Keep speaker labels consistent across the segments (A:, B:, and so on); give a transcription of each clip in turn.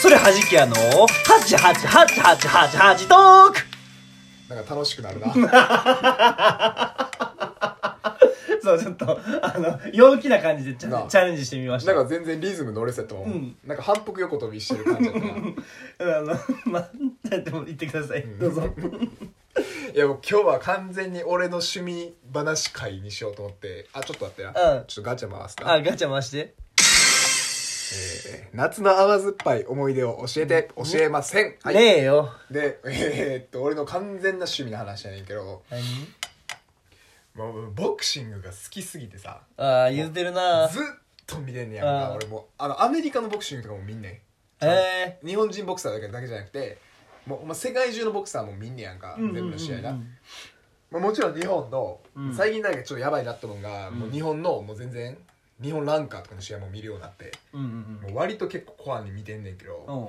A: それはじきやのはちはちはちはちはちはちトーク
B: なんか楽しくなるな
A: そうちょっとあの陽気な感じでチ
B: なあ
A: ャチャレンジしてみました
B: なんか全然リズム乗れそうやと思う、
A: ん
B: なんか反復横跳びしてる感じやったな
A: うんあのま あでも言ってください、どうぞ
B: いやもう今日は完全に俺の趣味話会にしようと思ってあちょっと待ってな、
A: うん
B: ちょっとガチャ回す か、
A: あガチャ回して
B: えー夏の甘酸っぱい思い出を教えて教えません、はい、
A: ねえよ
B: でえーっと俺の完全な趣味の話やねんけど
A: 何
B: もうボクシングが好きすぎてさ
A: ああ言うてるな
B: ずっと見てんねやんか
A: うん
B: 俺もうあのアメリカのボクシングとかも見んねん
A: え
B: 日本人ボクサーだけだけじゃなくてもうほんま世界中のボクサーも見んねやんか、
A: えー、
B: 全部の試合な、
A: うん
B: まあ、もちろん日本の、
A: うん
B: 最近なんかちょっとやばいなって思うのが、
A: うん
B: もう日本のもう全然日本ランカーとかの試合も見るようになって
A: うんうん
B: もう割と結構コアに見てんねんけ
A: う
B: ど、
A: んうん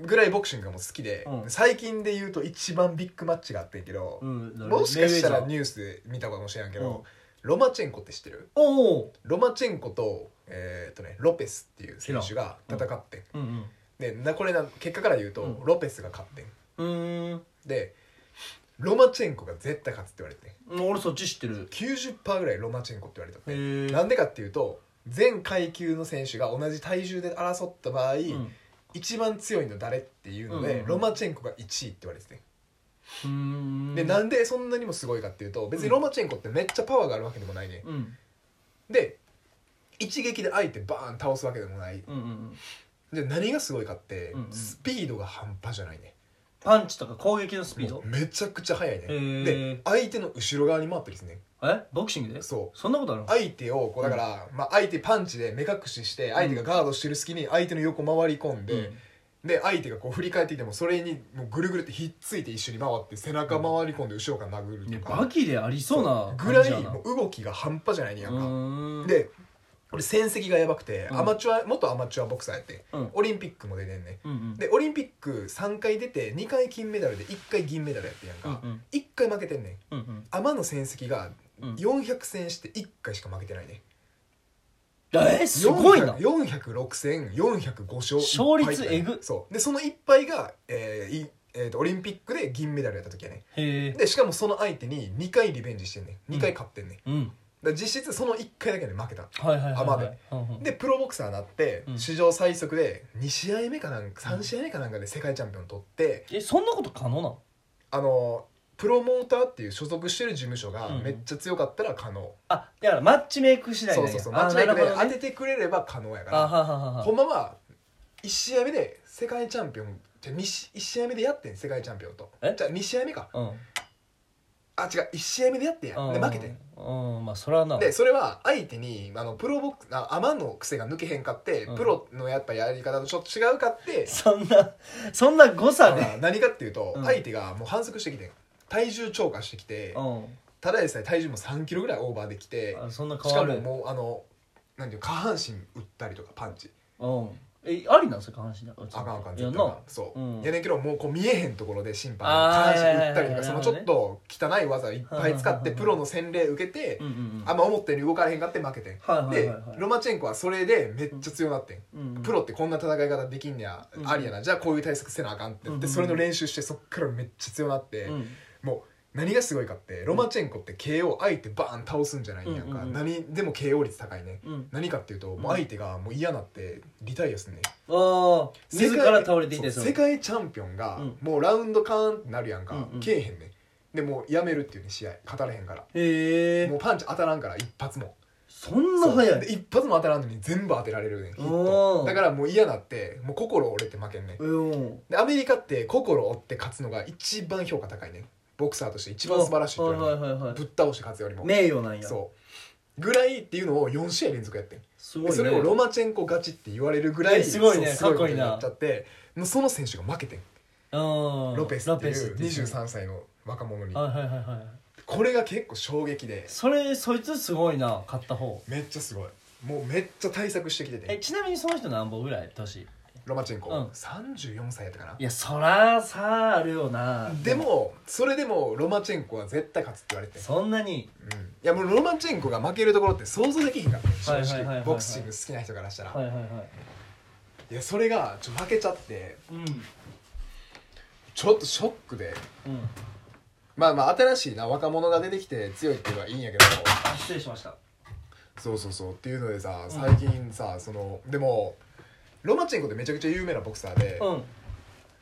B: ぐらいボクシングがもう好きで、
A: うん
B: 最近で言うと一番ビッグマッチがあってんけど、
A: うんどれ
B: もしかしたら
A: レイウェイザー
B: ニュースで見たかもしれんけ
A: うん
B: ど、ロマチェンコって知ってる
A: おお
B: ロマチェンコと,、えーとね、ロペスっていう選手が戦ってん、
A: うんうん
B: でなこれな結果から言うと、
A: うん
B: ロペスが勝ってん
A: うーん
B: でロマチェンコが絶対勝つって言われて
A: 俺そっち知ってる
B: 90%ぐらいロマチェンコって言われた
A: へえ
B: なんでかっていうと全階級の選手が同じ体重で争った場合、
A: うん
B: 一番強いの誰っていうので、
A: うんうんうん
B: ロマチェンコが1位って言われてて、
A: うーん
B: でなんでそんなにもすごいかっていうと別にロマチェンコってめっちゃパワーがあるわけでもないね、
A: うん
B: で一撃で相手バーン倒すわけでもない
A: うんうんうん
B: で何がすごいかって、
A: うんうん
B: スピードが半端じゃないね
A: パンチとか攻撃のスピー
B: も
A: ド
B: うめちゃくちゃ速いね
A: へー
B: で相手の後ろ側に回ってるんですね
A: えボクシングで
B: そ
A: そんなことあるの
B: 相手をこうだから、まあ、相手パンチで目隠しして相手がガードしてる隙に相手の横回り込んで、で相手がこう振り返ってきてもそれにもうぐるぐるってひっついて一緒に回って背中回り込んで後ろから殴
A: うんね
B: るとか、
A: バキでありそうな
B: ぐ
A: 感
B: ら
A: じや
B: い
A: な
B: もう動きが半端じゃないねやんか、
A: うーん
B: で俺戦績がやばくて、
A: うん
B: アマチュア元アマチュアボクサーやって、
A: うん
B: オリンピックも出てんね
A: うんうん
B: でオリンピック3回出て2回金メダルで1回銀メダルやってんやん
A: うん
B: か、
A: うん
B: 1回負けてんねん
A: うんうん
B: アマの戦績が
A: うん
B: 400戦して1回しか負けてないね、
A: えすごいな
B: 406戦405勝
A: 勝率えぐ
B: そうでその1敗が、えーいえーとオリンピックで銀メダルやった時やね
A: へえ
B: でしかもその相手に2回リベンジしてんねん2回勝ってんねん、だか
A: うん
B: ら実質その1回だけで負けた
A: はいはいはい
B: 浜
A: はい
B: 辺でプロボクサーになって、
A: うん
B: 史上最速で2試合目かなんか3試合目かなんかで世界チャンピオン取って、
A: えそんなこと可能なの
B: あのプロモーターっていう所属してる事務所が
A: うん
B: めっちゃ強かったら可能、
A: あだからマッチメイク次第
B: そ
A: なん
B: う
A: や
B: そうそう
A: あ
B: マッチメイクで
A: なるほ
B: 当
A: ど
B: て
A: ね
B: てくれれば可能やか
A: あは
B: ら
A: ははは
B: ほんまは1試合目で世界チャンピオンじゃあ 1, 試合目でやってん世界チャンピオンと
A: え
B: じゃあ2試合目か
A: うん
B: あ違う1試合目でやってんやで負けてん
A: うんうんまあそれはな
B: でそれは相手にあのプロボクあアマの癖が抜けへんかって、
A: うん
B: プロのやっぱやり方とちょっと違うかって
A: そんなそんな誤差
B: まあ
A: で
B: 何かっていうと、
A: うん
B: 相手がもう反則してきてん体重超過してきて
A: うん
B: ただでさえ体重も3キロぐらいオーバーできて
A: あそんな
B: し
A: 変
B: か
A: わ
B: も
A: る
B: もうあのなんていうの下半身打ったりとかパンチ
A: うんえありなんそれ話だ
B: あかんあか
A: や
B: ん絶対あかん
A: な
B: そう、
A: うん
B: やねんけどもうこう見えへんところで審判
A: あー
B: が下半身打ったり
A: い
B: と
A: やいやいや
B: かそのちょっと汚い技をいっぱい使って
A: うん
B: プロの洗礼受けて
A: うんうんうん
B: あんま思ったように動かれへんかって負けてん
A: はいはい
B: で
A: はいはい
B: ロマチェンコはそれでめっちゃ強なってん
A: うんうん
B: プロってこんな戦い方できんねや
A: うん
B: ありやなじゃあこういう対策せなあかんって言
A: うんうん
B: っ
A: う
B: て
A: ん
B: それの練習してそっからめっちゃ強なって
A: うん
B: もう何がすごいかってロマチェンコって KO 相手バーン倒すんじゃないんやん
A: うんう
B: か
A: んうん
B: 何でも KO 率高いね
A: うん
B: 何かっていうともう相手がもう嫌なってリタイアすんねん
A: ああ
B: 世界
A: 自ら倒れていてそ
B: そ
A: うう
B: 世界チャンピオンが
A: うん
B: もうラウンドカーンってなるやんか、
A: うんうん
B: けえへんねんでもうやめるっていうね試合勝たれへんから
A: へ
B: も
A: え
B: うパンチ当たらんから一発も
A: そんな
B: そう
A: 早
B: で
A: い
B: 一発も当たらんのに全部当てられるねんヒッ
A: お
B: ト
A: ー
B: だからもう嫌なってもう心折れて負けんねん
A: うん
B: でアメリカって心折って勝つのが一番評価高いねんボクサーとして一番素晴らしいって言われてる
A: はいはいはいはい
B: ぶっ倒して勝つよりも
A: 名誉なんや
B: そうぐらいっていうのを4試合連続やってん
A: す
B: で
A: ごいね
B: それをロマチェンコ勝ちって言われるぐらい、
A: ねすごいね
B: そう
A: かっこいいな
B: すごことになっちゃってもうその選手が負けてん
A: うん
B: ロペスっていう
A: っていう
B: 23歳の若者に
A: はいはいはいはい
B: これが結構衝撃で
A: それそいつすごいな買った方
B: めっちゃすごいもうめっちゃ対策してきて
A: え
B: て
A: ちなみにその人何本ぐらい年
B: ロマチェンコ、
A: うん
B: 34歳やったか
A: いやそらさあるよな
B: なでもそれでもロマチェンコは絶対勝つって言われてん
A: そんなに
B: うん、いやもうロマチェンコが負けるところって想像できひんからね正
A: はいはいはいはいは
B: 直
A: い
B: ボクシング好きな人からしたら、
A: はいはいはい
B: いやそれがちょ負けちゃって
A: うん
B: ちょっとショックで
A: うん
B: まあまあ新しいな若者が出てきて強いっていうのはいいんやけど
A: あ失礼しました
B: そうそうそうっていうのでさ最近さそのでもロマチェンコってめちゃくちゃ有名なボクサーで
A: うん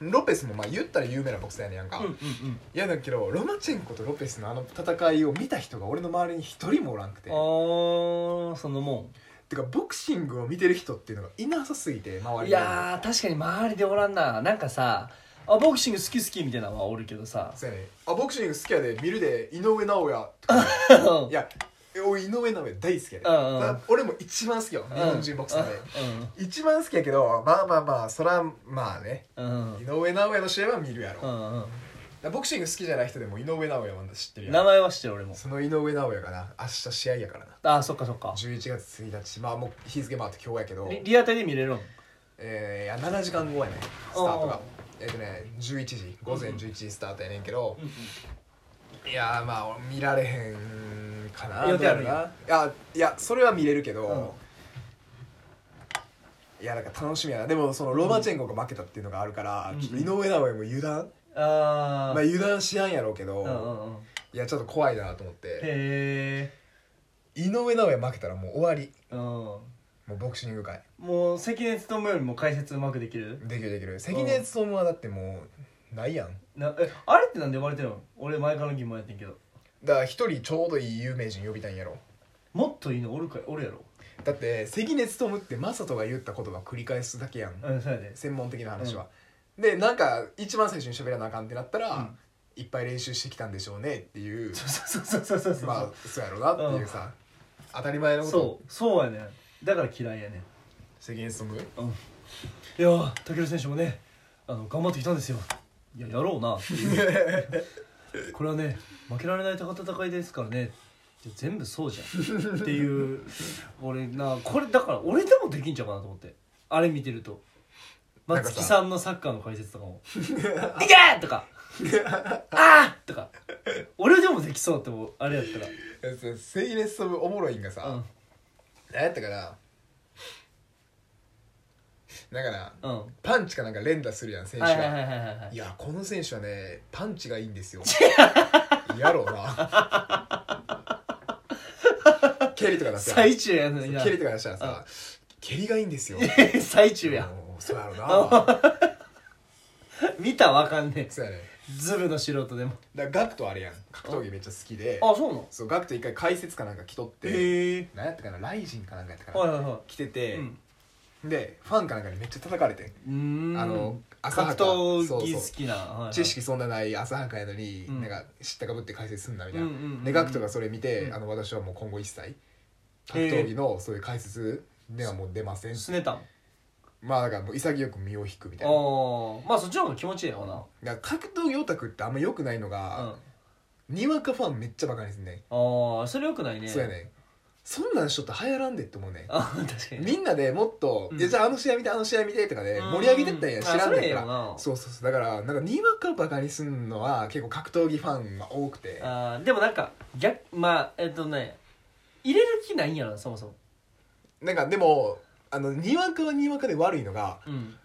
A: うん
B: ロペスもまあ言ったら有名なボクサーやねんやんか、
A: うん
B: いやだけどロマチェンコとロペスのあの戦いを見た人が俺の周りに一人もおらんくて
A: うんああそのも
B: てかボクシングを見てる人っていうのがいなさすぎて周り
A: ん
B: に
A: いやー確かに周りでおらんななんかさあボクシング好き好きみたいなのはおるけど さ
B: そうやねあボクシング好きやで見るで井上尚弥とかいや俺井上尚弥大好きやで、
A: うんうん
B: だから俺も一番好きよ日本人ボクサーで、
A: う
B: 一番好きやけどまあまあまあそらまあね
A: んうん
B: 井上尚弥の試合は見るやろ、
A: う
B: だか
A: んうん
B: らボクシング好きじゃない人でも井上尚弥は知ってるや
A: 名
B: ん
A: 前は知ってる俺も
B: その井上尚弥がな明日試合やからな
A: あーそっかそっか
B: 11月1日まあもう日付回って今日やけど
A: リリアタイで見れるん
B: えー、いや7時間後やねスタートが
A: おー
B: えっ、とね11時午前11時スタートやねんけど、
A: うんうん
B: いやーまあ俺見られへんかな
A: 予定あるん
B: な
A: や
B: いやいやそれは見れるけど、いやなんか楽しみやなでもそのロマチェンコが負けたっていうのがあるから、
A: うん
B: ちょっと井上尚弥も油断、
A: ああ
B: まあ油断しやんやろうけど、
A: うんうんうん
B: いやちょっと怖いなと思って
A: へ
B: 井上尚弥負けたらもう終わり
A: えうん
B: もうボクシング界
A: もう関根勤よりも解説うまくできる
B: できるできる関根勤はだってもうないやん
A: なえあれってなんで呼ばれてるの俺前からの疑問やってんけど
B: だから一人ちょうどいい有名人呼びたいんやろ
A: もっといいのおるかおるやろ
B: だって関根勤って雅人が言った言葉繰り返すだけやん、
A: うんそうやで
B: 専門的な話は、でなんか一番最初に喋らなあかんってなったら、
A: うん
B: いっぱい練習してきたんでしょうねってい う
A: そうそうそうそうそうそう、
B: まあそうやろうなっていうさ、当たり前のこと
A: そうそうやねんだから嫌いやねん
B: 関根勤
A: うんいやー武尊選手もねあの頑張ってきたんですよいややろう なっていうこれはね負けられない戦いですからねいや全部そうじゃんっていう俺なこれだから俺でもできんちゃうかなと思ってあれ見てると
B: なんか
A: 松
B: さ
A: 木さんのサッカーの解説とかも「いけ!」と か「あー!」とか俺でもできそうって思うあれやった
B: 関根勤おもろいんが
A: ら
B: さ、なんやったかなだから、
A: うんうん
B: パンチかなんか連打するやん選手が、
A: はい
B: い
A: はいはいはいはいはい
B: やこの選手はねパンチがいい んですよやろうな蹴りとか出すやん
A: 最中やのにな
B: 蹴りとか出したらさ蹴りがいいんですよ
A: 最中や
B: もうそうやろ な
A: 見たわかんねえ
B: そうやね
A: ズブの素人でも
B: だからガクトあれやん格闘技めっちゃ好きで
A: あそうなの
B: そうガクト一回解説かなんか来とって
A: へえ
B: 何やったかなライジンかなんかやったか
A: はい
B: な
A: はいは
B: 来てて
A: いうん
B: でファンかなんかにめっちゃ叩かれてん
A: うーん
B: あの浅は
A: 格
B: か
A: 闘技
B: そう
A: 好
B: そう
A: きなはいはい
B: 知識そんなない浅はかやのに
A: うん
B: なんか知ったかぶって解説すんなみたいな
A: うんうんうんうん
B: でガクトがそれ見て
A: うん
B: あの私はもう今後一切格闘技のそういう解説ではもう出ません
A: すねたんあ
B: まあだからもう潔く身を引くみたいな
A: あまあそっちの方が気持ちいいよな
B: だから格闘技オタクってあんま良くないの
A: う
B: が
A: ん
B: にわかファンめっちゃバカにすんね
A: ああそれよくないね
B: そうやねんそんなんしとったら流行らんでって思うねん
A: あ確かに
B: みんなでもっと、
A: うん
B: いやじゃああの試合見てあの試合見てとかで
A: うん
B: 盛り上げてったんや知ら
A: あそ
B: んねんか
A: れええよ
B: ら
A: な
B: そうそうそうだからなんかにわかバカにすんのは結構格闘技ファンが多くて
A: あーでもなんか逆まあえっとね入れる気ないんやろなそもそも
B: なんかでもあのにわかはにわかで悪いのが
A: うん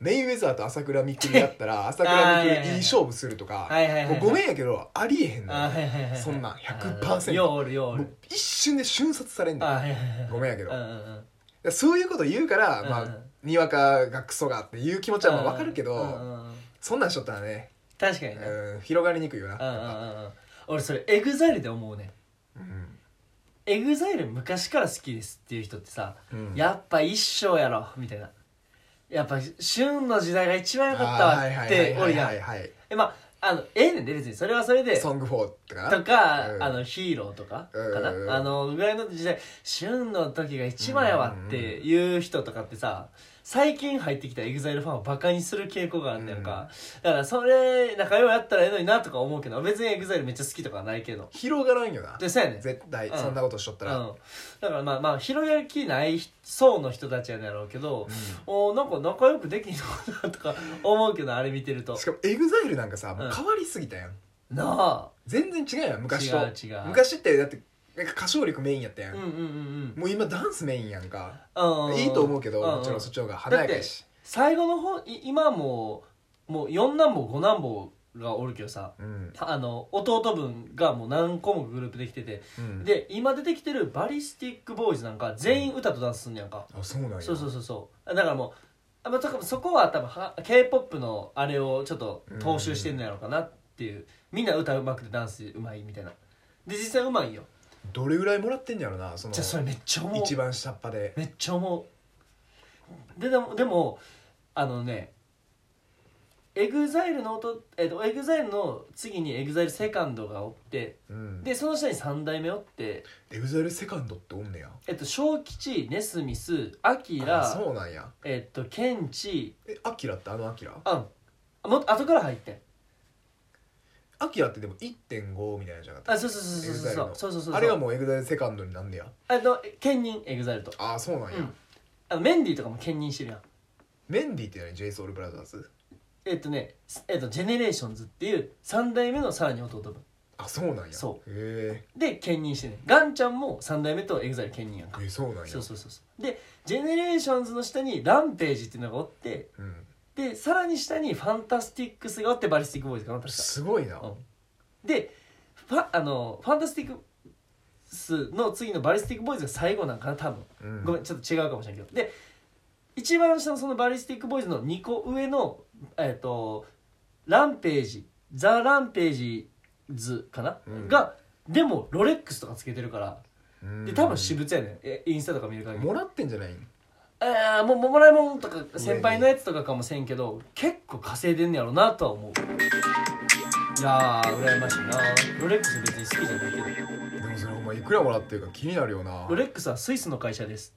B: メイウェザーと朝倉未来やったら朝倉
A: あーいやいやいや
B: 未来いい勝負するとか
A: はいはいはいはい
B: もうごめんやけどありえへんの
A: あーはい
B: よ
A: はいはいはい
B: そんなん
A: あー
B: 100%
A: ようおるようお
B: も
A: る
B: う一瞬で瞬殺されん
A: あ
B: の
A: ー
B: よ
A: はいはいはい
B: ごめんやけ
A: う
B: ど
A: んう、んうん
B: だからそういうこと言うから、ま
A: うんう
B: あ
A: ん、
B: にわかがクソがっていう気持ちはまあわかるけど、
A: うんうんうん
B: そんなんしとったらね、
A: 確かにね
B: うん、広がりにくいよな、
A: うんうん
B: やっぱ
A: うんうん俺それエグザイルで思うね
B: うん
A: エグザイル昔から好きですっていう人ってさ、
B: うん
A: やっぱ一生やろみたいなやっぱ旬の時代が一番良かった
B: あー
A: わってお
B: はい
A: る
B: はい
A: やん
B: はいはいはい
A: えまああのええねんで別にそれはそれで
B: ソング4とかな
A: とか、
B: うん
A: あのヒーローとかかな、
B: うん
A: あのぐらいの時代旬の時が一番やわっていう人とかってさ最近入ってきたエグザイルファンをバカにする傾向があんねやんか、だからそれ仲良いやったらええのになとか思うけど別にエグザイルめっちゃ好きとかはないけど
B: 広がらんよな
A: でそうやねん
B: 絶対、
A: うん
B: そんなことしとったら、
A: うん、だからまあまあ広がりきない層の人たちやねんやろうけど、おーなんか仲良くできんのかなとか 思うけどあれ見てると
B: しかもエグザイルなんかさもううん変わりすぎたやん、
A: なあ
B: 全然違うやん昔と
A: 違う違う
B: 昔ってだってなんか歌唱力メインやったやん、
A: うんうんうん
B: もう今ダンスメインやんか
A: うんうん
B: いいと思うけど
A: んん
B: もちろんそっちの方が華やかやし
A: 最後の方い今はもうもう4男坊5男坊がおるけどさ
B: うん
A: たあの弟分がもう何個もグループできてて、
B: うん
A: で今出てきてるバリスティックボーイズなんか全員歌とダンスすんねやんか、
B: あそうなんや
A: そうそうそうそうだからもうあ、まあ、多分そこは多分は k p o p のあれをちょっと踏襲してんのやろうかなっていう、みんな歌うまくてダンスうまいみたいなで実際うまいよ
B: どれぐらいもらってんやろなその
A: じゃあそれめっちゃ思う
B: 一番下っ端で
A: めっちゃ思うででもでもあのねエグザイルの音えっとエグザイルの次にエグザイルセカンドがおって
B: うん
A: でその下に3代目おって
B: エグザイルセカンドっておんねや
A: えっと小吉ネスミスアキ
B: あ
A: ラ
B: そうなんや
A: えっとケンチ
B: えアキラってあのアキラ
A: あんあもっと後から入ってん
B: アキラってでも1.5みたいなやつじゃなか
A: あ
B: っ
A: そうそうそうそう
B: EXILE
A: そう
B: の
A: そうそうそうそう
B: たあれがもうエグザイルセカンドになんねや
A: あの兼任エグザイルと
B: あそうなんや、
A: うんあのメンディーとかも兼任してるやん
B: メンディーって何ジェイソウルブラザーズ
A: えっとねえっとジェネレーションズっていう3代目のさらに弟分
B: あそうなんや
A: そ
B: へ
A: で兼任してねガンちゃんも3代目とエグザイル兼任やんか
B: ーえそうなんや
A: そうそうそうそうでジェネレーションズの下にランページっていうのがおって
B: うん、
A: でさらに下にファンタスティックスがおってバリスティックボーイズかな確か
B: すごいな、
A: うんでファあのファンタスティックスの次のバリスティックボーイズが最後なんかな多分
B: うん
A: ごめんちょっと違うかもしれないけどで一番下のそのバリスティックボーイズの2個上のえっ、とランページザ・ランページズかな、
B: うん
A: がでもロレックスとかつけてるから
B: うん
A: で多分私物やねんえインスタとか見る限り
B: もらってんじゃないん
A: ああもうもらいもんとか先輩のやつとかかもせんけど結構稼いでんねやろなとは思ういやー羨ましいなロレックス別に好きじゃないけど
B: でもそれお前いくらもらってるか気になるよな
A: ロレックスはスイスの会社です